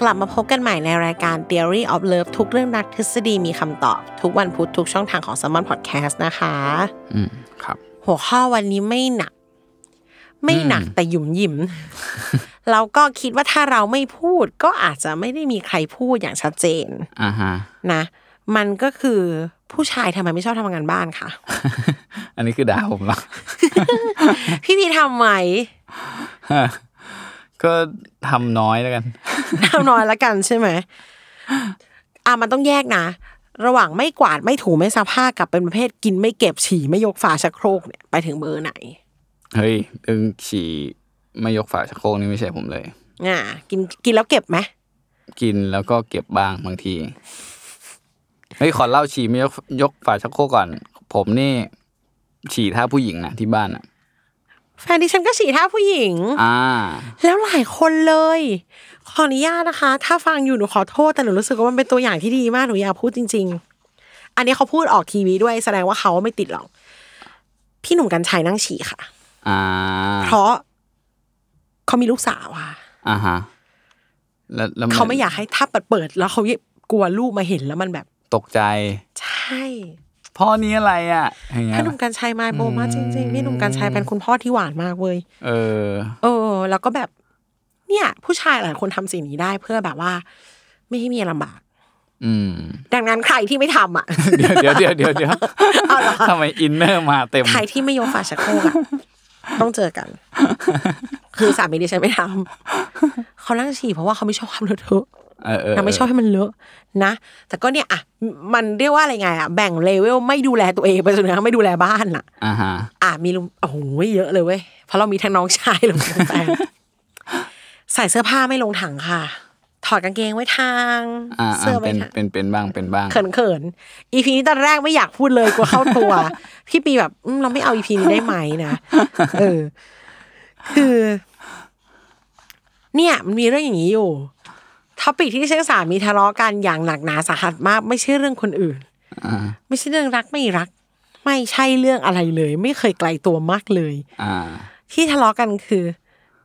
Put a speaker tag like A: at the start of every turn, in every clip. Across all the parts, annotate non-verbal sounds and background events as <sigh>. A: กลับมาพบกันใหม่ในรายการ Theory of Love ทุกเรื่องรักทฤษฎีมีคำตอบ ทุกวันพุธทุกช่องทางของ s ซ m m o n Podcast นะคะ
B: อืม ครับ
A: หัวข้อวันนี้ไม่หนัก ไม่หนัก
B: อืม
A: แต่หยุมหยิม <laughs> เราก็คิดว่าถ้าเราไม่พูด ก็อาจจะไม่ได้มีใครพูดอย่างชัดเจน
B: อ่าฮะ <laughs>
A: นะมันก็คือผู้ชายทำไมไม่ชอบทำงานบ้านค่ะ <laughs>
B: อันนี้คือด่าผมเหรอ
A: พี่พีทำไหม
B: <laughs> ก็ทำน้อยแล้วกัน
A: ทำน้อยละกันใช่ไหมอ่ะมันต้องแยกนะ ระหว่างไม่กวาดไม่ถูไม่ซักผ้ากับเป็นประเภทกินไม่เก็บฉี่ไม่ยกฝาชักโครกเนี่ยไปถึงเบอร์ไหน
B: เฮ้ยดึงฉี่ไม่ยกฝาชักโครกนี่ไม่ใช่ผมเลย
A: อ่ะกินกินแล้วเก็บไหม
B: กินแล้วก็เก็บบ้างบางที เฮ้ย ขอเล่าฉี่ไม่ยกยกฝาชักโครกก่อน ผมนี่ ฉี่ท่าผู้หญิงนะที่บ้านอ่ะ
A: แฟนดิฉันก็ฉี่ท่าผู้หญิง
B: อ่า
A: แล้วหลายคนเลย ขออนุญาตนะคะ ถ้าฟังอยู่หนูขอโทษแต่หนูรู้สึกว่ามันเป็นตัวอย่างที่ดีมากหนูอยากพูดจริง ๆ อันนี้เขาพูดออกทีวีด้วยแสดงว่าเขาไม่ติดหรอก พี่หนุ่มกัญชัยนั่งฉี่ค่ะ
B: อ่า
A: เพราะเขามีลูกสาวค่ะ
B: อ่าฮะ แล้วแล้วน
A: เขาไม่อยากให้ถ้าเปิดเปิดแล้วเขากลัวลูกมาเห็นแล้วมันแบบ
B: ตกใจ
A: ใช่
B: พ่อนี้อะไรอ่ะอย่างเงี้ย
A: พี่หนุ่มกัญชัยมาโบมากจริง ๆ พี่หนุ่มกัญชัยเป็นคุณพ่อที่หวานมากเว้ย
B: เออ
A: เออ แล้วก็แบบ เนี่ย ผู้ชายหลายคนทำสิ่งนี้ได้เพื่อแบบว่า ไม่ให้เมียลำบาก
B: อืม
A: ดังนั้นใครที่ไม่ทำอ่ะ
B: เดี๋ยวเดี๋ยวเดี๋ยวเดี๋ยวเดี๋ยว
A: เอาเหรอ
B: ทำไมอินเนอร์มาเต็ม
A: ใครที่ไม่ยกฝาชักโครกอะต้องเจอกัน คือสามีดิฉันไม่ทำเขานั่งฉี่เพราะว่าเขาไม่ชอบความเลอะเทอะ
B: เออเออน
A: างไม่ชอบให้มันเลอะนะ แต่ก็เนี่ยอะมันเรียกว่าอะไรไงอะแบ่งเลเวลไม่ดูแลตัวเองไปจนกระทั่งไม่ดูแลบ้านน่ะ
B: อ่าฮะ
A: อ่ะมีลุงโอ้โหเยอะเลยเว้ยเพราะเรามีทั้งน้องชายและน้องแฟนใส่เสื้อผ้าไม่ลงถังค่ะ ถอดกางเกงไว้ทาง
B: อ่า
A: เสื้อ
B: เป็
A: ไว้
B: น
A: ทาง
B: เป็นเป็นบ้างเป็นบ้าง
A: เขินเขินอีพีนี้ตอนแรกไม่อยากพูดเลยกลัวเข้าตัว <laughs> พี่ปีแบบอืมเราไม่เอาอีพีนี้ได้ไหมนะ <laughs> เออ คือ เนี่ย มันมีเรื่องอย่างนี้อยู่ท็อปิกที่ฉันกับสามีทะเลาะกันอย่างหนักหนาสาหัสมาก ไม่ใช่เรื่องคนอื่นไม่ใช่เรื่องรักไม่รัก ไม่ใช่เรื่องอะไรเลย ไม่เคยไกลตัวมากเลย
B: อ่า
A: ที่ทะเลาะกันคือ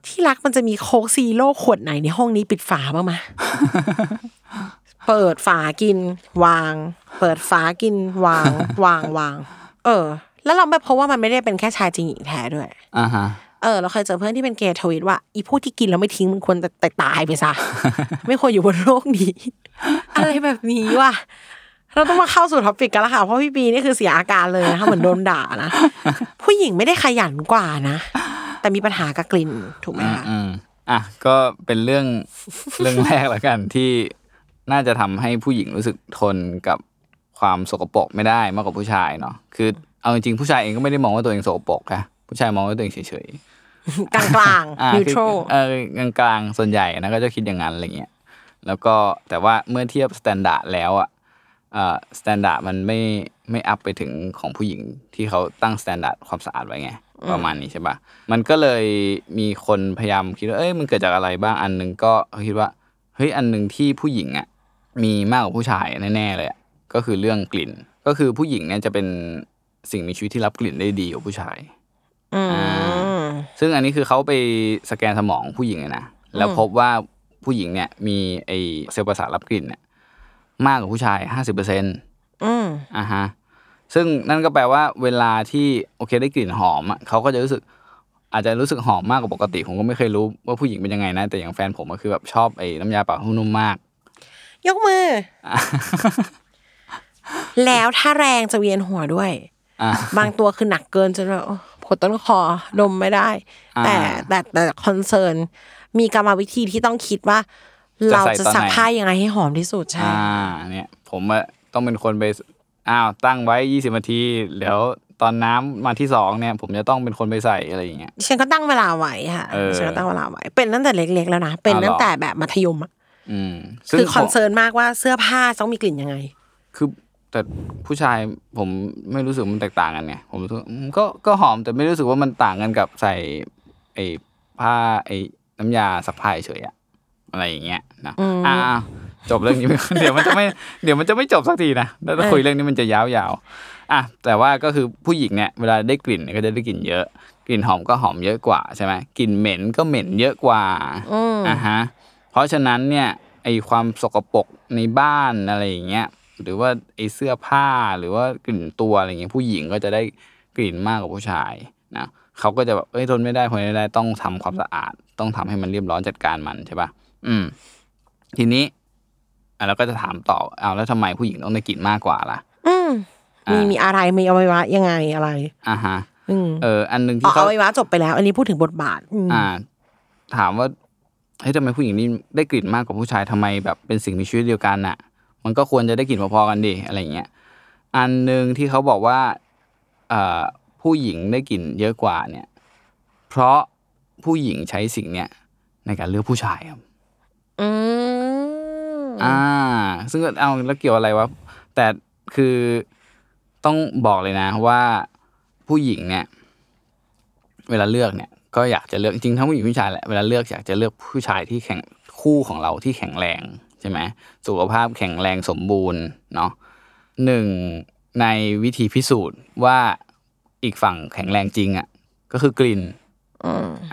A: ที่รักมันจะมีโค้กซีโร่ขวดไหนในห้องนี้ปิดฝาบ้างมะ เปิดฝากิน วาง เปิดฝากิน วาง วางวาง เออ แล้วเราไม่พบว่ามันไม่ได้เป็นแค่ชายจริงหญิงแท้ด้วย
B: อ่าฮะ
A: เออ เราเคยเจอเพื่อนที่เป็นเกย์ทวิตว่าอีพวกที่กินแล้วไม่ทิ้งมันควรจะตายไป
B: <laughs>
A: ซะ ไม่ควรอยู่บนโลกนี้ อะไรแบบนี้ว่ะเราต้องมาเข้าสู่ท็อปิกกันและค่ะ เพราะพี่ปีนี่คือเสียอาการเลยนะคะเหมือนโดนด่านะผู้หญิงไม่ได้ขยันกว่านะ แต่มีปัญหากับกลิ่นถูกไหมคะ
B: อืมอ่ะ ก็เป็นเรื่อง เรื่องแรกละกันที่น่าจะทำให้ผู้หญิงรู้สึกทนกับความสกปรกไม่ได้มากกว่าผู้ชายเนาะ คือเอาจริงๆผู้ชายเองก็ไม่ได้มองว่าตัวเองสกปรกนะผู้ชายมองว่าตัวเองเฉยๆ
A: กลางกลาง
B: อ่า
A: นิว
B: คือ
A: โตร
B: เออกลางๆส่วนใหญ่นะก็จะคิดอย่างนั้นอะไรเงี้ยแล้วก็แต่ว่าเมื่อเทียบสแตนดาร์ดแล้วอ่ะเอ่อสแตนดาร์ดมันไม่ไม่อัพไปถึงของผู้หญิงที่เขาตั้งสแตนดาร์ดความสะอาดไว้ไง ประมาณนี้ใช่ปะมันก็เลยมีคนพยายามคิดว่าเอ้ยมันเกิดจากอะไรบ้างอันหนึงก็เขาคิดว่าเฮ้ยอันหนึ่งที่ผู้หญิงอ่ะมีมากกว่าผู้ชายแน่ๆเลยอะก็คือเรื่องกลิ่น ก็คือผู้หญิงเนี่ยจะเป็น สิ่งมีชีวิตที่รับกลิ่นได้ดีกว่าผู้ชาย
A: อืม
B: ซึ่งอันนี้คือเขาไปสแกนสมองผู้หญิงอะนะ แล้วพบว่าผู้หญิงเนี่ยมีไอเซลล์ประสาทรับกลิ่นเนี่ยมากกว่าผู้ชายห้าสิบเปอร์เซ็นต์
A: อืม
B: อ่าฮะ ซึ่งนั่นก็แปลว่าเวลาที่โอเคได้กลิ่นหอมอะเขาก็จะรู้สึก อาจจะรู้สึกหอมมากกว่าปกติ ผมก็ไม่เคยรู้ว่าผู้หญิงเป็นยังไงนะ แต่อย่างแฟนผมก็คือแบบชอบไอ้น้ำยาปะหุ้มนุ่มมาก <laughs>
A: ยกมืออแล้วถ้าแรงจะเวียนหัวด้วย
B: อ่า
A: บางตัวคือหนักเกินจนแบบโอ้ปวดต้นคอดมไม่ได้
B: อ่า
A: แต่แต่แต่คอนเซิร์นมีกรรมวิธีที่ต้องคิดว่า เราจะ
B: จะใส่ตอนไหน
A: สักผ้ายังไงให้หอมที่สุดใช่
B: อ่า เนี่ย ผมอะต้องเป็นคนไปอ้าวตั้งไว้ยี่สิบนาทีเดี๋ยวตอนน้ำมาที่สองเนี่ย ผมจะต้องเป็นคนไปใส่อะไรอย่างเงี้ย
A: ฉันก็ตั้งเวลาไว้ค่ะ
B: เออ
A: ฉันก็ตั้งเวลาไว้ เป็นตั้งแต่เล็กๆแล้วนะ เป็น
B: อ๋อเหรอ
A: ตั้งแต่แบบมัธยมอะ
B: อืมซึ่ง
A: คือคอ
B: ผ
A: น
B: ม
A: เซิร์นมากว่าเสื้อผ้าต้องมีกลิ่นยังไง
B: คือแต่ผู้ชายผมไม่รู้สึกมันแตกต่างกันไงผมรู้สึกอืมก็ก็หอมแต่ไม่รู้สึกว่ามันต่างกันกับใส่ไอ้ผ้าไอ้น้ำยาสักผ้าเฉยๆอะอะไรอย่างเงี้ยนะอ่าจบเรื่องนี้ไป <laughs> ก่อน เดี๋ยวมันจะไม่เดี๋ยวมันจะไม่จบสักทีนะแล้วถ้าคุยเรื่องนี้มันจะยาวๆอ่ะแต่ว่าก็คือผู้หญิงเนี่ยเวลาได้กลิ่นเนี่ยก็จะได้กลิ่นเยอะ กลิ่นหอมก็หอมเยอะกว่าใช่ไหมกลิ่นเหม็นก็เหม็นเยอะกว่าอ่าฮะเพราะฉะนั้นเนี่ยไอความสกปรกในบ้านอะไรอย่างเงี้ยหรือว่าไอเสื้อผ้าหรือว่ากลิ่นตัวอะไรอย่างเงี้ยผู้หญิงก็จะได้กลิ่นมากกว่าผู้ชายนะเขาก็จะแบบเอ้ยทนไม่ได้ทนไม่ได้ต้องทำความสะอาด ต้องทำให้มันเรียบร้อยจัดการมันใช่ปะอืม ทีนี้อ่ะเราก็จะถามต่อเอาแล้วทำไมผู้หญิงต้องได้กลิ่นมากกว่าล่ะ
A: อืม
B: อ่ามี
A: มีมีอะไรมีอวัยวะยังไงอะไร
B: อ่าฮะ
A: อืม
B: เอออันหนึ่ง
A: อ๋
B: ที่
A: ออ
B: เขา
A: วัยวะจบไปแล้ว อันนี้พูดถึงบทบาทอืม
B: อ่า ถามว่าเฮ้ยทำไมผู้หญิงนี่ได้กลิ่นมากกว่าผู้ชายทำไมแบบเป็นสิ่งมีชีวิตเดียวกันน่ะ มันก็ควรจะได้กลิ่นพอๆกันดิอะไรอย่างเงี้ยอันหนึ่งที่เขาบอกว่าเอ่อผู้หญิงได้กลิ่นเยอะกว่าเนี่ย เพราะผู้หญิงใช้สิ่งเนี้ยในการเลือกผู้ชายครับ
A: อืม
B: อ่า ซึ่งก็เอาแล้วเกี่ยวอะไรวะ แต่คือต้องบอกเลยนะว่าผู้หญิงเนี่ย เวลาเลือกเนี่ย ก็อยากจะเลือกจริงๆทั้งผู้หญิงผู้ชายแหละเวลาเลือกอยากจะเลือกผู้ชายที่แข็งคู่ของเราที่แข็งแรงใช่ไหมสุขภาพแข็งแรงสมบูรณ์เนาะหนึ่งในวิธีพิสูจน์ว่าอีกฝั่งแข็งแรงจริงอะ่ะก็คือกลิ่น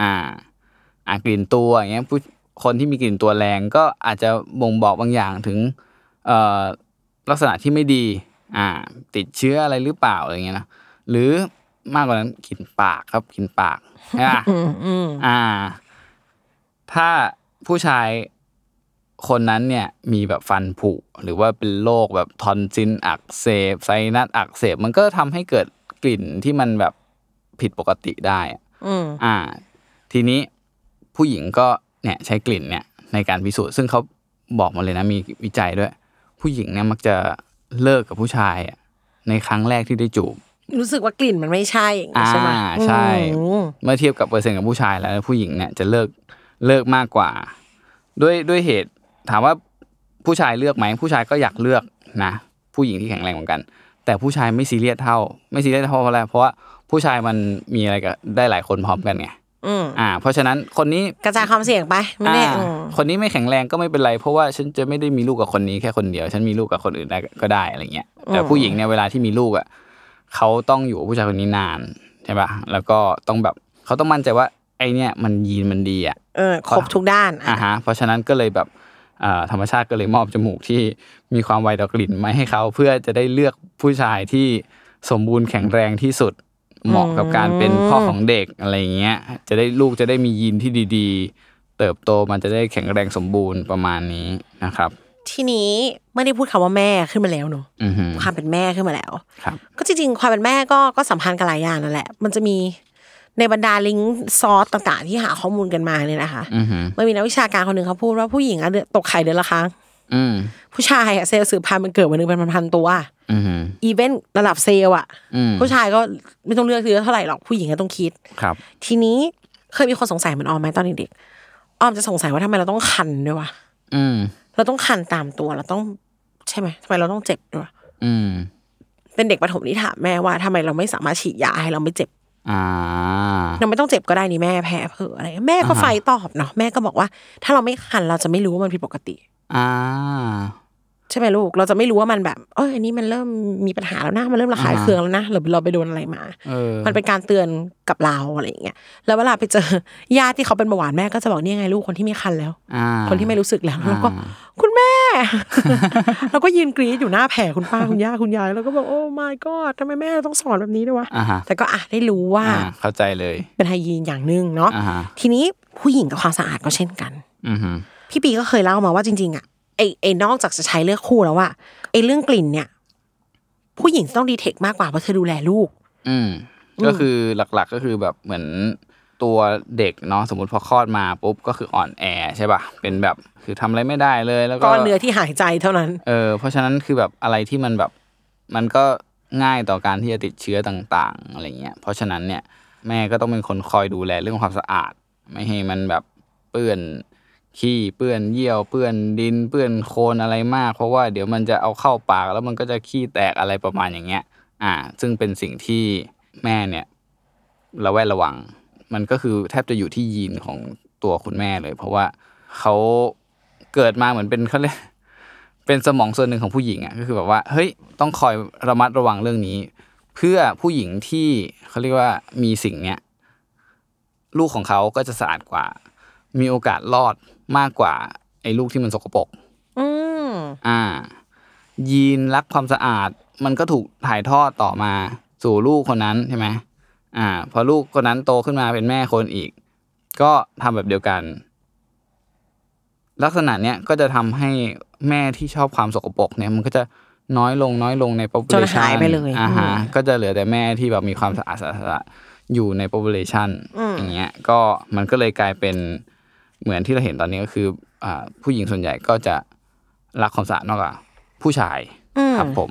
B: อ่า อ่ากลิ่นตัวอย่างเงี้ยผู้คนที่มีกลิ่นตัวแรงก็อาจจะบ่งบอกบางอย่างถึงเอ่อลักษณะที่ไม่ดี อ่า ติดเชื้ออะไรหรือเปล่าอะไรเงี้ยนะหรือมากกว่านั้นกลิ่นปากครับกลิ่นปาก <laughs> ใช่ปะ
A: อืมอืม
B: อ่า ถ้าผู้ชายคนนั้นเนี่ยมีแบบฟันผุหรือว่าเป็นโรคแบบทอนซินอักเสบไซนัสอักเสบมันก็ทำให้เกิดกลิ่นที่มันแบบผิดปกติได้อะ
A: อืม
B: อ่า ทีนี้ผู้หญิงก็เนี่ยใช้กลิ่นเนี่ยในการพิสูจน์ซึ่งเขาบอกมาเลยนะมีวิจัยด้วย ผู้หญิงเนี่ยมักจะเลิกกับผู้ชายอะในครั้งแรกที่ได้จูบ
A: รู้สึกว่ากลิ่นมันไม่ใช่อย่างนี้ใช่ไหม
B: อ่าใช่
A: อืม
B: เมื่อเทียบกับเปอร์เซ็นต์กับผู้ชายแล้ว ผู้หญิงเนี่ยจะเลิกเลิกมากกว่า ด้วยด้วยเหตุถามว่าผู้ชายเลือกไหมผู้ชายก็อยากเลือกนะ ผู้หญิงที่แข็งแรงเหมือนกัน แต่ผู้ชายไม่ซีเรียสเท่า ไม่ซีเรียสเท่าเพราะอะไรเพราะว่าผู้ชายมันมีอะไรกับได้หลายคนพร้อมกันไง
A: อืม
B: อ่า เพราะฉะนั้นคนนี้
A: กระจายความเสี่ยงไปไม่แน่
B: อ่า
A: อืม
B: คนนี้ไม่แข็งแรงก็ไม่เป็นไร เพราะว่าฉันจะไม่ได้มีลูกกับคนนี้แค่คนเดียว ฉันมีลูกกับคนอื่นได้ก็ได้อะไรเงี้ยแต่ผู้หญิงเนี่ยเวลาที่มีลูกอ่ะเขาต้องอยู่กับผู้ชายคนนี้นานใช่ป่ะแล้วก็ต้องแบบเขาต้องมั่นใจว่าไอเนี่ยมันยีนมันดีอ่ะ
A: เออครบทุกด้านอ่ะ
B: อ่าฮะเพราะฉะนั้นก็เลยแบบเอ่อธรรมชาติก็เลยมอบจมูกที่มีความไวต่อกลิ่นมาให้เขาเพื่อจะได้เลือกผู้ชายที่สมบูรณ์แข็งแรงที่สุด เหมาะกับการเป็นพ่อของเด็กอะไรอย่างเงี้ยจะได้ลูกจะได้มียีนที่ดีๆ เติบโตมันจะได้แข็งแรงสมบูรณ์ประมาณนี้นะครับ
A: ทีนี้ไม่ได้พูดคำว่าแม่ขึ้นมาแล้วเนอะ
B: อือฮึ
A: ความเป็นแม่ขึ้นมาแล้ว
B: ครับ
A: ก็จริงๆ ความเป็นแม่ก็ก็สัมพันธ์กับหลายอย่างนั่นแหละ มันจะมีในบรรดาลิงก์ซอสต่างๆ ที่หาข้อมูลกันมาเนี่ยนะคะ
B: อือฮึ
A: มันมีนักวิชาการคนหนึ่งเขาพูดว่าผู้หญิงอะเดือนตกไข่เดือนละครั้ง
B: อืม
A: ผู้ชายอะเซลล์สืบพันธุ์มันเกิดวันหนึ่งเป็นพันๆตัว
B: อือฮึ
A: อีเวนต์ระดับเซลล์อะ
B: อืม
A: ผู้ชายก็ไม่ต้องเลือกเยอะเท่าไหร่หรอกผู้หญิงก็ต้องคิด
B: ครับ
A: ทีนี้เคยมีคนสงสัยเหมือนออมไหมตอนเด็กๆออมจะสงสัยว่าทำไมเราต้องคันด้วยวะ
B: อืม
A: เราต้องคันตามตัวเราต้องใช่ไหมทำไมเราต้องเจ็บด้วยวะ
B: อืม
A: เป็นเด็กประถมที่ถามแม่ว่าทำไมเราไม่สามารถฉีดยาให้เราไม่เจ็บ
B: อ่า
A: เราไม่ต้องเจ็บก็ได้นี่แม่แพ้เผลออะไรแม่ก็ไฟตอบเนาะแม่ก็บอกว่า ถ้าเราไม่คันเราจะไม่รู้ว่ามันผิดปกติ
B: อ่า
A: ใช่ไหมลูก เราจะไม่รู้ว่ามันแบบเอออันนี้มันเริ่มมีปัญหาแล้วนะ มันเริ่มระคาย
B: อ่าฮะ
A: เคืองแล้วนะหรือเราไปโดนอะไรมา
B: เออ
A: มันเป็นการเตือนกับเราอะไรอย่างเงี้ย แล้วเวลาไปเจอ <laughs> ญาติที่เขาเป็นเบาหวานแม่ก็จะบอกเนี่ยไงลูกคนที่ไม่คันแล้ว
B: อ่า
A: คนที่ไม่รู้สึกแล้วแล้วก็
B: อ่า
A: คุณแม่ <laughs> แล้วก็ยืนกรี๊ดอยู่หน้าแผลคุณป้าคุณย่าคุณยายแล้วก็บอกโอ้ my god ทำไมแม่เราต้องสอนแบบนี้ด้วยวะ
B: อ่าฮะ
A: แต่ก็อ่ะได้รู้ว่า
B: อ่า เข้าใจเลย
A: เป็นไฮยีนอย่างหนึ่งเนาะ
B: อ่าฮะ
A: ทีนี้ผู้หญิงกับความสะอาดก็เช่นกัน
B: อือฮึ
A: พี่ปีก็เคยเล่ามาว่าจริงๆอ่ะไอไอนอกจากจะใช้เลือกคู่แล้วว่าไอเรื่องกลิ่นเนี่ย ผู้หญิงต้องดีเทคมากกว่าเพราะเธอดูแลลูก
B: อืมก็คือหลักๆก็คือแบบเหมือนตัวเด็กเนาะสมมติพอคลอดมาปุ๊บก็คืออ่อนแอใช่ป่ะเป็นแบบคือทำอะไรไม่ได้เลยแล้วก็
A: ก้อนเนื้อที่หายใจเท่านั้น
B: เออเพราะฉะนั้นคือแบบอะไรที่มันแบบมันก็ง่ายต่อการที่จะติดเชื้อต่างๆอะไรเงี้ยเพราะฉะนั้นเนี่ยแม่ก็ต้องเป็นคนคอยดูแลเรื่องความสะอาด ไม่ให้มันแบบเปื้อนขี้เปื้อนเยี่ยวเปื้อนดินเปื้อนโคลนอะไรมาก เพราะว่าเดี๋ยวมันจะเอาเข้าปากแล้วมันก็จะขี้แตกอะไรประมาณอย่างเงี้ย อ่า ซึ่งเป็นสิ่งที่แม่เนี่ยระแวดระวัง มันก็คือแทบจะอยู่ที่ยีนของตัวคุณแม่เลย เพราะว่าเขาเกิดมาเหมือนเป็นเขาเรียก เป็นสมองส่วนหนึ่งของผู้หญิงอ่ะก็คือแบบว่าเฮ้ยต้องคอยระมัดระวังเรื่องนี้ เพื่อผู้หญิงที่เขาเรียกว่ามีสิ่งเนี้ยลูกของเขาก็จะสะอาดกว่า มีโอกาสรอดมากกว่า ไอ้ลูกที่มันสกปรก
A: อืม
B: อ่า ยีนรักความสะอาด มันก็ถูกถ่ายทอดต่อมา สู่ลูกคนนั้นใช่ไหมอ่า พอลูกคนนั้นโตขึ้นมาเป็นแม่คนอีก ก็ทำแบบเดียวกัน ลักษณะเนี้ยก็จะทำให้แม่ที่ชอบความสกปรกเนี่ย มันก็จะน้อยลงน้อยลงใน population
A: จนหายไปเลย
B: อ่าฮะ
A: อืม
B: ก็จะเหลือแต่แม่ที่แบบมีความสะอาดสะอาดอยู่ใน population อย่างเงี้ย ก็มันก็เลยกลายเป็นเหมือนที่เราเห็นตอนนี้ก็คือ อ่า ผู้หญิงส่วนใหญ่ก็จะ รักความสะอาดมากกว่าผู้ชาย
A: อืม
B: ครับผม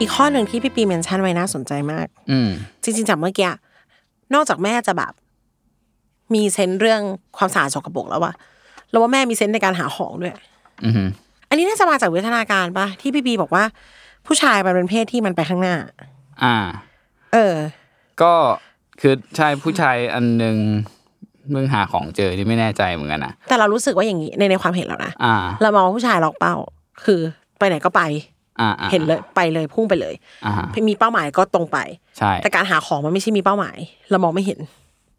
A: อีกข้อหนึ่งที่พี่ปีเมนชั่นไว้น่าสนใจมาก
B: อืม
A: จริงๆจากเมื่อกี้อะนอกจากแม่จะแบบ มีเซนส์เรื่องความสะอาดสกปรกแล้วอะเราว่าแม่มีเซนส์ในการหาของด้วย
B: อือฮึ
A: อันนี้น่าจะมาจากวิทนาการปะที่พี่บีบอกว่า ผู้ชายมันเป็นเพศที่มันไปข้างหน้า
B: อ่า
A: เออ
B: ก็คือใช่ผู้ชายอันหนึ่งเรื่องหาของเจอที่ไม่แน่ใจเหมือนกันนะ
A: แต่เรารู้สึกว่าอย่างนี้ในในความเห็นเรานะ
B: อ่า
A: เรามองว่าผู้ชายล็อกเป้า คือไปไหนก็ไป
B: อ่าอ่า
A: เห็นเลยไปเลยพุ่งไปเลย
B: อ่าฮะ
A: มีเป้าหมายก็ตรงไป
B: ใช่
A: แต่การหาของมันไม่ใช่มีเป้าหมาย เรามองไม่เห็น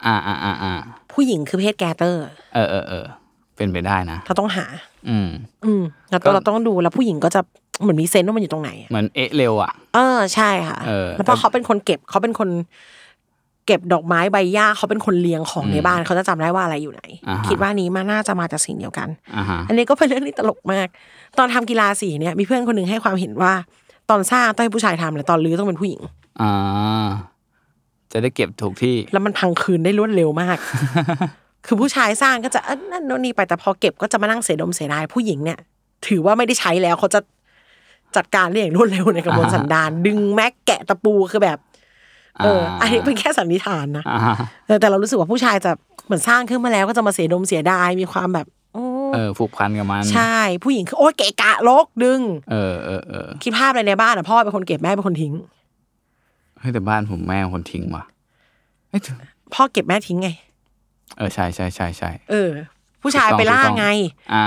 B: อ่าอ่าอ่าอ่า
A: ผู้หญิงคือเพศแกเตอร์
B: เออเออเออเป็นไปได้นะ
A: เราต้องหา
B: อืม
A: อืมแล้วก็เราต้องดูแล้วผู้หญิงก็จะเหมือนมีเซนส์ว่ามันอยู่ตรงไหน
B: เหมือนเอะเร็วอ่ะ
A: เออใช่ค่ะ
B: เออ
A: แล้วพอเขาเป็นคนเก็บเขาเป็นคน เก็บดอกไม้ใบหญ้าเขาเป็นคนเลี้ยงของในบ้านเขาจะจำได้ว่าอะไรอยู่ไหน คิดว่านี้มันน่าจะมาจากสิ่งเดียวกัน
B: อ่าฮะ
A: อันนี้ก็เป็นเรื่องที่ตลกมาก ตอนทำกีฬาสีเนี่ยมีเพื่อนคนหนึ่งให้ความเห็นว่า ตอนสร้างต้องให้ผู้ชายทำแต่ตอนรื้อต้องเป็นผู้หญิง
B: อ่าจะได้เก็บถูกที่
A: แล้วมันพังคืนได้รวดเร็วมาก <laughs> คือผู้ชายสร้างก็จะเอ้ยนั่นโน่นนี่ไปแต่พอเก็บก็จะมานั่งเสียดมเสียดายผู้หญิงเนี่ย ถือว่าไม่ได้ใช้แล้วเขาจะจัดการเรื่องอย่างรวดเร็วในกระบวน
B: อ่าฮะ
A: สันดานดึงแม็กแกะตะปูคือแบบ เอออันนี้เป็นแค่สันนิษฐานนะ
B: อ่าฮะ
A: เออแต่เรารู้สึกว่าผู้ชายจะเหมือนสร้างขึ้นมาแล้วก็จะมาเสียดมเสียดายมีความแบบโอ้
B: เออผูกพันกับมัน
A: ใช่ ผู้หญิงคือโอ้เกะกะลกดึง
B: เออเออเออ
A: คิดภาพอะไรในบ้านอ่ะพ่อเป็นคนเก็บแม่เป็นคนทิ้ง
B: เฮ้ยแต่บ้านผมแม่คนทิ้งว่ะเอ้ย
A: พ่อเก็บแม่ทิ้งไง
B: เออใช่ใช่ใช่ใช่
A: เออ ผู้ชายไปล่าไง
B: อ่า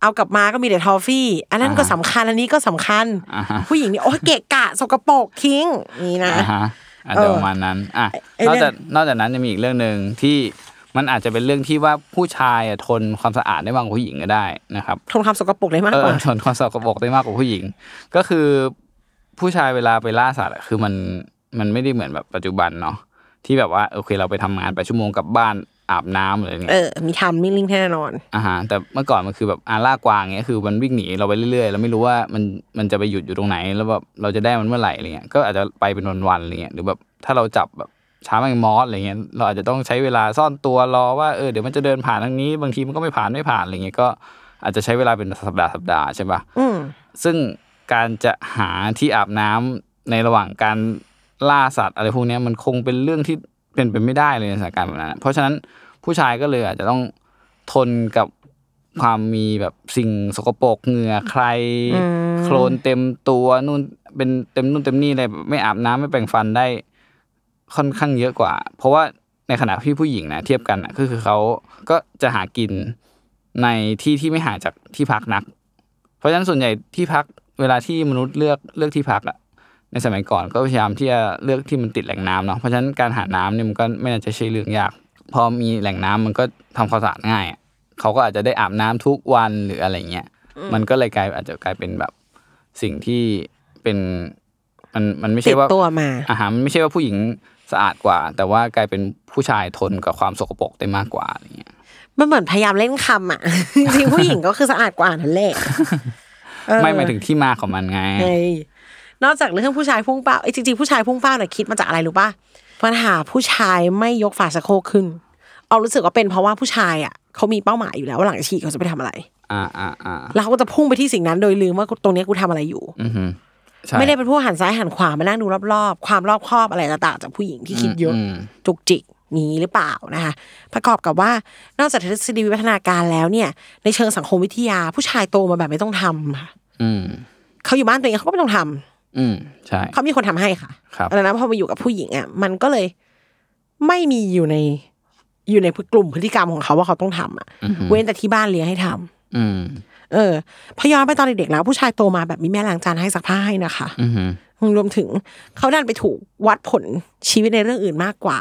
A: เอากลับมาก็มีแต่ทอฟฟี่ อันนั้นก็สำคัญอันนี้ก็สำคัญ
B: อ่าฮะ
A: ผู้หญิงนี่โอ้เกะกะสกปรกทิ้งนี่นะ
B: อ่าฮะอาจจะประมาณนั้น อ่ะ
A: ไอ้ไอ้
B: นอก
A: เรื่
B: จา
A: อก ง
B: นอกจากนั้นจะมีอีกเรื่องหนึ่งที่มันอาจจะเป็นเรื่องที่ว่าผู้ชายอะทนความสะอาดได้มากกว่าผู้หญิงก็ได้นะครับ
A: ทนความสกปรกได้มาก
B: เอก
A: ว่า
B: อทนความสกปรกได้มากกว่าผู้หญิง ก็คือผู้ชายเวลาไปล่าสัตว์อะคือมันมันไม่ได้เหมือนแบบปัจจุบันเนาะที่แบบว่าโอเคเราไปทำงานไปชั่วโมงกลับบ้าน อาบน้ำอะไรเงี้
A: เอย อ มีทำมิ่งลิงแน่นอน
B: อาหารแต่เมื่อก่อนมันคือแบบอาล่ากวางเงี้ยคือมันวิ่งหนีเราไปเรื่อยๆเราไม่รู้ว่ามันมันจะไปหยุดอยู่ตรงไหน แล้วแบบเราจะได้มันเมื่อไหร่อะไรเงี้ยก็อาจจะไปเป็นวันๆอะไรเงี้ยหรือแบบถ้าเราจับแบบช้างแมงมอสอะไรเงี้ยเราอาจจะต้องใช้เวลาซ่อนตัวรอว่าเออเดี๋ยวมันจะเดินผ่านทางนี้ บางทีมันก็ไม่ผ่านไม่ผ่านอะไรเงี้ยก็อาจจะใช้เวลาเป็นสัปดาห์สัปดาห์ใช่ปะ
A: อืม
B: ซึ่งการจะหาที่อาบน้ำในระหว่างการล่าสัตว์อะไรพวกเนี้ยมันคงเป็นเรื่องที่เป็นไปไม่ได้เลยในสถานการณ์แบบนั้นอะเพราะฉะนั้นผู้ชายก็เลยอาจจะต้องทนกับความมีแบบสิ่งสกปรกเหงื่อใคร
A: อืม
B: โคลนเต็มตัวนู่นเป็นเต็มนู่นเต็มนี่เลยไม่อาบน้ำไม่แปรงฟันได้ค่อนข้างเยอะกว่า เพราะว่าในขณะที่ผู้หญิงนะเทียบกันนะก็คือเขาก็จะหากินในที่ที่ไม่ห่างจากที่พักนัก เพราะฉะนั้นส่วนใหญ่ที่พักเวลาที่มนุษย์เลือกเลือกที่พักอะในสมัยก่อนก็พยายามที่จะเลือกที่มันติดแหล่งน้ำเนาะเพราะฉะนั้นการหาน้ำเนี่ยมันก็ไม่น่าจะใช่เรื่องยาก พอมีแหล่งน้ำมันก็ทำความสะอาดง่ายอะเขาก็อาจจะได้อาบน้ำทุกวันหรืออะไรเงี้ยมันก็เลยกลายอาจจะกลายเป็นแบบสิ่งที่เป็นมันมันไม่
A: ติ
B: ใช่
A: ด
B: ว่า
A: ตัวมา
B: อาหารมันไม่ใช่ว่าผู้หญิงสะอาดกว่า แต่ว่ากลายเป็นผู้ชายทนกับความสกปรกได้มากกว่าอะไรเงี้ย
A: มันเหมือนพยายามเล่นคำอ่ะ <laughs> จริงๆผู้หญิงก็คือสะอาดกว่านั่นแหละเออ
B: <laughs> ไม่หมายถึงที่มาของมันไง
A: เฮ้ยนอกจากเรื่องผู้ชายพุ่งเป้าไอ้ยจริงๆผู้ชายพุ่งเป้าเนี่ยคิดมาจากอะไรรู้ป่ะปัญหาผู้ชายไม่ยกฝาสะโครกขึ้น เอารู้สึกว่าเป็นเพราะว่าผู้ชายอ่ะเขามีเป้าหมายอยู่แล้วว่าหลังฉีกเขาจะไปทำอะไร
B: อ่าอ่าอ่า
A: แล้วเขาก็จะพุ่งไปที่สิ่งนั้นโดยลืมว่าตรงเนี้ยกูทำอะไรอยู่
B: อือฮึใช่
A: ไม่ได้เป็นผู้หันซ้ายหันขวามานั่งดูรอบๆ ความรอบคอบอะไรต่างๆจากผู้หญิงที่คิดเยอะ
B: ม
A: จุกจิกนี้หรือเปล่านะคะ ประกอบกับว่านอกจากทฤษฎีวิวัฒนาการแล้วเนี่ย ในเชิงสังคมวิทยาผู้ชายโตมาแบบไม่ต้องทำค่ะ
B: อืม
A: เขาอยู่บ้านตัวเองเขาก็ไม่ต้องทำ
B: อืมใช่
A: เขามีคนทำให้ค่ะ
B: ครับ
A: ดังนั้นพอมาอยู่กับผู้หญิงอ่ะมันก็เลยไม่มีอยู่ในอยู่ในกลุ่มพฤติกรรมของเขาว่าเขาต้องทำอ่ะ
B: อือฮึ
A: เว้นแต่ที่บ้านเลี้ยงให้ทำ
B: อืม
A: เออพอย้อนไปตอนเด็กๆแล้วผู้ชายโตมาแบบมีแม่ล้างจานให้ซักผ้าให้นะคะ
B: อือฮึ
A: รวมถึงเขาดันไปถูกวัดผลชีวิตในเรื่องอื่นมากกว่า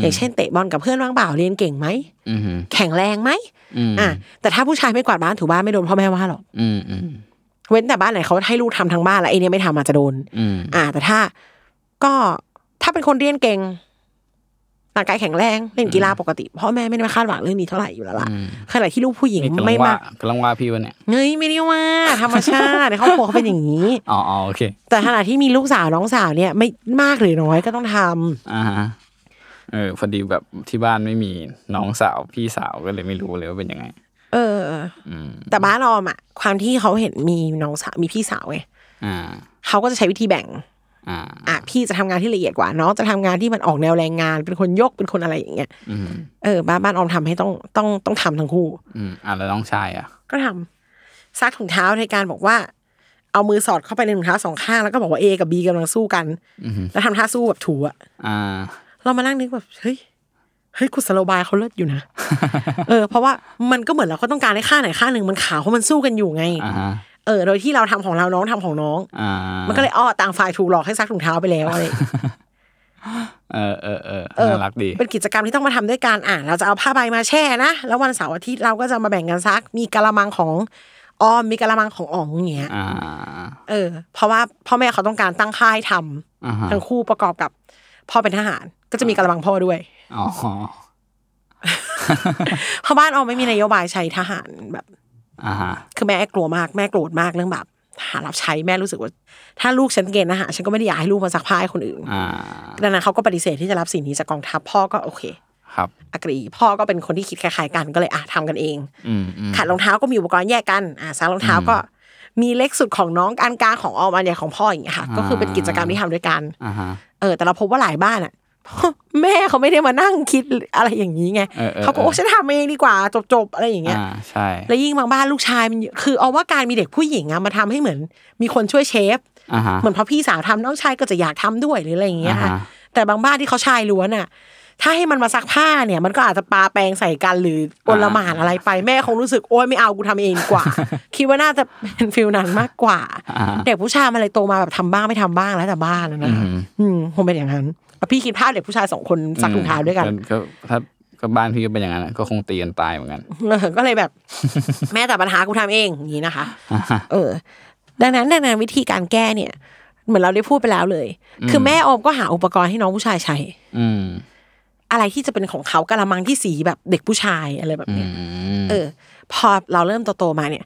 A: อย่างเช่นเตะบอลกับเพื่อนบ้างเปล่าเรียนเก่งไหม
B: อือฮึ
A: แข็งแรงไหม
B: อืม
A: อ่ะแต่ถ้าผู้ชายไม่กวาดบ้านถูบ้านไม่โดนพ่อแม่ว่าหรอก
B: อืมอืม
A: เว้นแต่บ้านไหนเขาให้ลูกทำทางบ้านแล้วไอเนี่ยไม่ทำอาจจะโดน
B: อืม
A: อ่ะแต่ถ้าก็ถ้าเป็นคนเรียนเก่งร่างกายแข็งแรงเล่นกีฬาปกติพ่อแม่ไม่ได้มาคาดหวังเรื่องนี้เท่าไหร่อยู่แล้วล่ะขณะที่ลูกผู้หญิง
B: นี่กำลังว่าม
A: ไม่าก
B: กำลังว่าพี่วะเนี่ย
A: เฮ้ยไม่ได้ว่าธรรมชาติในครอบครัวเขาเป็นอย่างนี้
B: อ๋ออ๋อโอเค
A: แต่ขณะที่มีลูกสาวน้องสาวเนี่ย ไม่มากหรือน้อยก็ต้องทำ
B: อ่าฮะเออพอดีแบบที่บ้านไม่มีน้องสาวพี่สาวก็เลยไม่รู้เลยว่าเป็นยังไง
A: เออ
B: อืม
A: แต่บ้านออมอะความที่เขาเห็นมีน้องสาวมีพี่สาวไง
B: อ่า
A: เขาก็จะใช้วิธีแบ่ง
B: อ่า
A: อ่ะพี่จะทำงานที่ละเอียดกว่าน้องจะทำงานที่มันออกแนวแรงงาน เป็นคนยกเป็นคนอะไรอย่างเงี้ย
B: อืม
A: เออบ้านบ้านออมทำให้ต้องต้องต้องทำทั้งคู่
B: อืมอ่าแล้วน้องชายอ่ะ
A: ก็ทำซักถุงเท้าในการบอกว่า เอามือสอดเข้าไปในถุงเท้าสองข้างแล้วก็บอกว่า A กับ B กำลังสู้กัน
B: อือฮึ
A: แล้วทำท่าสู้แบบถูอะ
B: อ่า
A: เรามานั่งนึกแบบเฮ้ยเฮ้ยกุศโลบายเขาเลิศอยู่นะ เออเพราะว่ามันก็เหมือนเราก็ต้องการให้ข้างไหนข้างหนึ่งมันขาวเพราะมันสู้กันอยู่ไง
B: อ่าฮะ
A: เออโดยที่เราทำของเราน้องทำของน้อง
B: อ่า
A: มันก็เลยอ้อต่างฝ่ายถูกหลอกให้ซักถุงเท้าไปแล้วอะไร
B: เออเออเออ
A: เออ
B: น่ารักดี
A: เป็นกิจกรรมที่ต้องมาทำด้วยกันอ่ะเราจะเอาผ้าใบมาแช่นะ แล้ววันเสาร์อาทิตย์เราก็จะมาแบ่งกันซัก มีกะละมังของออมมีกะละมังของอ๋องอย่างเงี้ย
B: อ่า
A: เออเพราะว่าพ่อแม่เขาต้องการตั้งค่ายทำ
B: อ่าฮะ
A: ทั้งคู่ประกอบกับพ่อเป็นทหาร ก็จะมีกะละมังพ่อด้วย <laughs>
B: อ๋อ
A: เพราะบ้านออมไม่มีนโยบายใช้ทหารแบบ
B: อ่าฮะ
A: คือแม่กลัวมากแม่โกรธมากเรื่องแบบทหารรับใช้แม่รู้สึกว่า ถ้าลูกฉันเกณฑ์ทหารฉันก็ไม่ได้อยากให้ลูกมาซักผ้าให้คนอื่น
B: อ่า
A: ดังนั้นเขาก็ปฏิเสธที่จะรับสิ่งนี้จากกองทัพพ่อก็โอเค
B: ครับ
A: อากรีพ่อก็เป็นคนที่คิดคล้ายๆกันก็เลยอ่ะทำกันเอง
B: อืมอืม
A: ขัดรองเท้าก็มีอุปกรณ์แยกกันอ่ะซักรองเท้าก็มีเล็กสุดของน้องอันกลางของออมอันใหญ่ของพ่ออย่างเงี้ยค่ะ ก็คือเป็นกิจกรรมที่ทำด้วยกัน
B: อ่าฮะ
A: เออ แต่เราพบว่าหลายบ้านอ่ะ <laughs> แม่เขาไม่ได้มานั่งคิดอะไรอย่างนี้ไง
B: เออเออ
A: เขาก็โอ้ฉันทำเองดีกว่าจบๆอะไรอย่างเงี้ย
B: อ่าใช่
A: แล้วยิ่งบางบ้านลูกชายมันเยอะคือเอาว่าการมีเด็กผู้หญิงอะมาทำให้เหมือน มีคนช่วยเชฟ
B: อ่าฮะ
A: เหมือนพอพี่สาวทำน้องชายก็จะอยากทำด้วยหรืออะไรอย่างเงี้ยค่ะ
B: อ่าฮะ
A: แต่บางบ้านที่เขาชายล้วนอ่ะ ถ้าให้มันมาซักผ้าเนี่ย มันก็อาจจะปาแปรงใส่กันหรืออลหม่านอะไรไปแม่คงรู้สึกโอ๊ยไม่เอากูทำเองดีก <laughs> ว่า คิดว่าน่าจะเป็นฟิลนั้นมากกว่า เด็กผู้ชายมันเลยโตมาแบบทำบ้างไม่ทำบ้างแล้วแต่บ้านนะนะอืมคงเป็นอย่างนั้นอ่ะพี่คิดภาพเด็กผู้ชายสองคนซักถุงเท้าด้วยกัน
B: ก็ถ้าก็บ้านพี่ก็เป็นอย่างนั้นอะก็คงตีกันตายเหมือนกัน
A: เออ <laughs> ก็เลยแบบ แม่แต่ปัญหากูทำเองอย่างนี้นะคะ เออ ดังนั้นดังนั้นวิธีการแก้เนี่ย เหมือนเราได้พูดไปแล้วเลย คือแม่ออมก็หาอุปกรณ์ให้น้องผู้ชายใช้
B: อืม
A: อะไรที่จะเป็นของเขากะละมังที่สีแบบเด็กผู้ชายอะไรแบบเนี้ย เออ พอเราเริ่มโตๆมาเนี่ย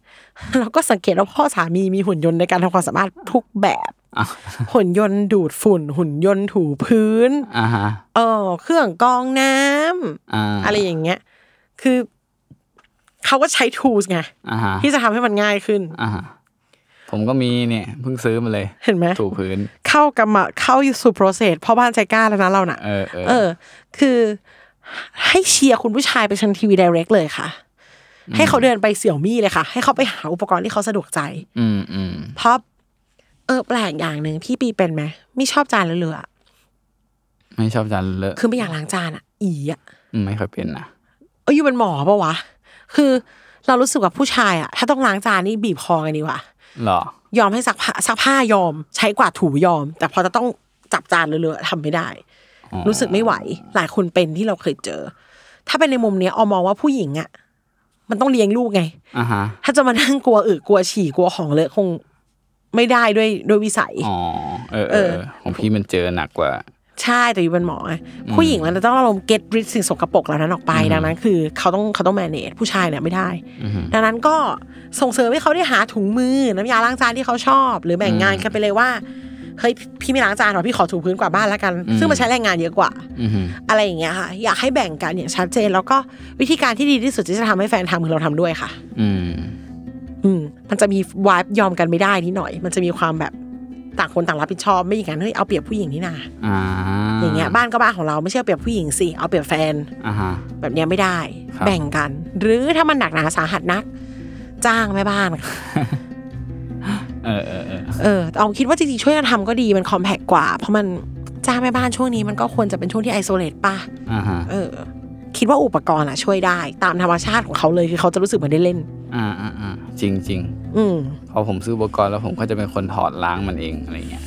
A: เราก็สังเกตว่าพ่อสามีมีหุ่นยนต์ในการทำความสามารถทุกแบบ
B: อ่ะ
A: หุ่นยนต์ดูดฝุ่น หุ่นยนต์ถูพื้น
B: อ่าฮะ
A: เออ เครื่องกรองน้ำ
B: อ่า
A: อะไรอย่างเงี้ย คือเขาก็ใช้ tools ไง
B: อ่าฮะ
A: ที่จะทำให้มันง่ายขึ้น
B: อ่าฮะผมก็มีเนี่ยเพิ่งซื้อมาเลย
A: เห็นไหม
B: ถูพื้น
A: เข้ากรรมะเข้าสู่โปรเซสพ่อบ้านใจกล้าแล้วนะเราน่ะ
B: เออเออ
A: เออ คือให้เชียร์คุณผู้ชายไปชันทีวี i r เรกเลยค่ะ ให้เขาเดินไปเสี่ยวมี่เลยค่ะ ให้เขาไปหาอุปกรณ์ที่เขาสะดวกใจ
B: อืมอืม
A: เพราะเออแปลกอย่างหนึ่งพี่ปีเป็นไหมไม่ชอบจานเลอะๆอะ
B: ไม่ชอบจานเลอะ
A: คือไม่อยากล้างจานอ่ะ อีอ่ะ
B: อืมไม่ค่อยเป็นนะ
A: เอออยู่เป็นหมอปะวะ คือเรารู้สึกว่าผู้ชายอ่ะ ถ้าต้องล้างจานนี่บีบคอกันดีกว่า
B: หรอ
A: ยอมให้ซักผ้าซักผ้ายอม ใช้กวาดถูยอม แต่พอจะต้องจับจานเลอะๆทำไม่ได้ รู้สึกไม่ไหว หลายคนเป็นที่เราเคยเจอ ถ้าเป็นในมุมเนี้ยออมมองว่าผู้หญิงอ่ะ มันต้องเลี้ยงลูกไง
B: อ่าฮะ
A: ถ้าจะมานั่งกลัวอึกลัวฉี่กลัวของเลอะคงไม่ได้ด้วยด้วยวิสัย
B: อ๋อ เออ
A: เอ
B: เอ
A: อ
B: อ ของพี่มันเจอหนักกว่า
A: ใช่แต่อยู่เป็นหมอไงผู้หญิงมันจะต้องอารมณ์เก็ตริดสิ่งสกปรกเหล่านั้นออกไปดังนั้น คือเขาต้องเขาต้องแมเนจผู้ชายเนี่ยไม่ได้ ดังนั้นก็ส่งเสริมให้เขาได้หาถุงมือ น้ำยาล้างจานที่เขาชอบ หรือแบ่งงานกันไปเลยว่าเฮ้ยพี่ไม่ล้างจานหรอกพี่ขอถูพื้นกวาดบ้านแล้วกัน ซึ่งมันใช้แรงงานเยอะกว่า
B: อือหือ
A: อะไรอย่างเงี้ยค่ะ อยากให้แบ่งกันอย่างชัดเจน แล้วก็วิธีการที่ดีที่สุดที่จะทำให้แฟนทำคือเราทำด้วยค่ะ
B: อืม
A: อืมมันจะมีวายยอมกันไม่ได้นิดหน่อย มันจะมีความแบบต่างคนต่างรับผิดชอบไม่อย่างนั้นเฮ้ยเอาเปรียบผู้หญิงนี่นา
B: อ่า
A: อย่างเงี้ยบ้านก็บ้านของเราไม่ใช่เอาเปรียบผู้หญิงสิเอาเปรียบแฟน
B: อ่าฮะ
A: แบบเนี้ยไม่ได้
B: ครับ
A: แบ่งกัน หรือถ้ามันหนักหนาสาหัสนัก จ้างแม่บ้านค่ะ
B: <laughs> เออเออเออ
A: เออแต่เอาคิดว่าจริงๆช่วยกันทำก็ดีมันคอมแพกกว่า เพราะมันจ้างแม่บ้านช่วงนี้มันก็ควรจะเป็นช่วงที่ไอโซเลตป่ะ
B: อ่าฮะ
A: เออ คิดว่าอุปกรณ์อะช่วยได้ ตามธรรมชาติของเขาเลยคือเขาจะรู้สึกเหมือนได้เล่น
B: อ่าอ่าอ่าจริงจริง
A: อืม
B: พอผมซื้ออุปกรณ์แล้วผมก็จะเป็นคนถอดล้างมันเองอะไรเงี้ย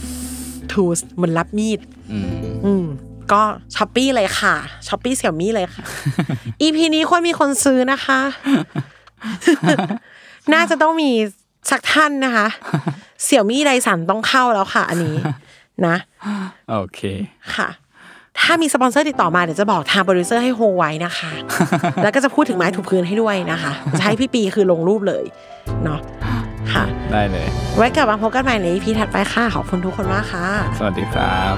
A: ทูสมันรับมีด
B: อืม
A: อืมก็ช้อปปี้เลยค่ะช้อปปี้เสี่ยมี่เลย
B: <laughs>
A: ค่ะ EP นี้ควรมีคนซื้อนะคะ น่าจะต้องมีสักท่านนะคะ
B: <laughs>
A: เสี่ยมี่ไดสันต้องเข้าแล้วค่ะ อันนี้นะ
B: โอเค
A: ค่ะ ถ้ามีสปอนเซอร์ติดต่อมาเดี๋ยวจะบอกทางโปรดิวเซอร์ให้โฮไว้นะคะ
B: <laughs>
A: แล้วก็จะพูดถึงไม้ถูพื้นให้ด้วยนะคะจะให้พี่ปีคือลงรูปเลยเนาะค่ะ
B: ได้เลย
A: ไว้กลับมาพบกันใหม่ใน EP ถัดไปค่ะขอบคุณทุกคนมากค่ะ
B: สวัสดีครับ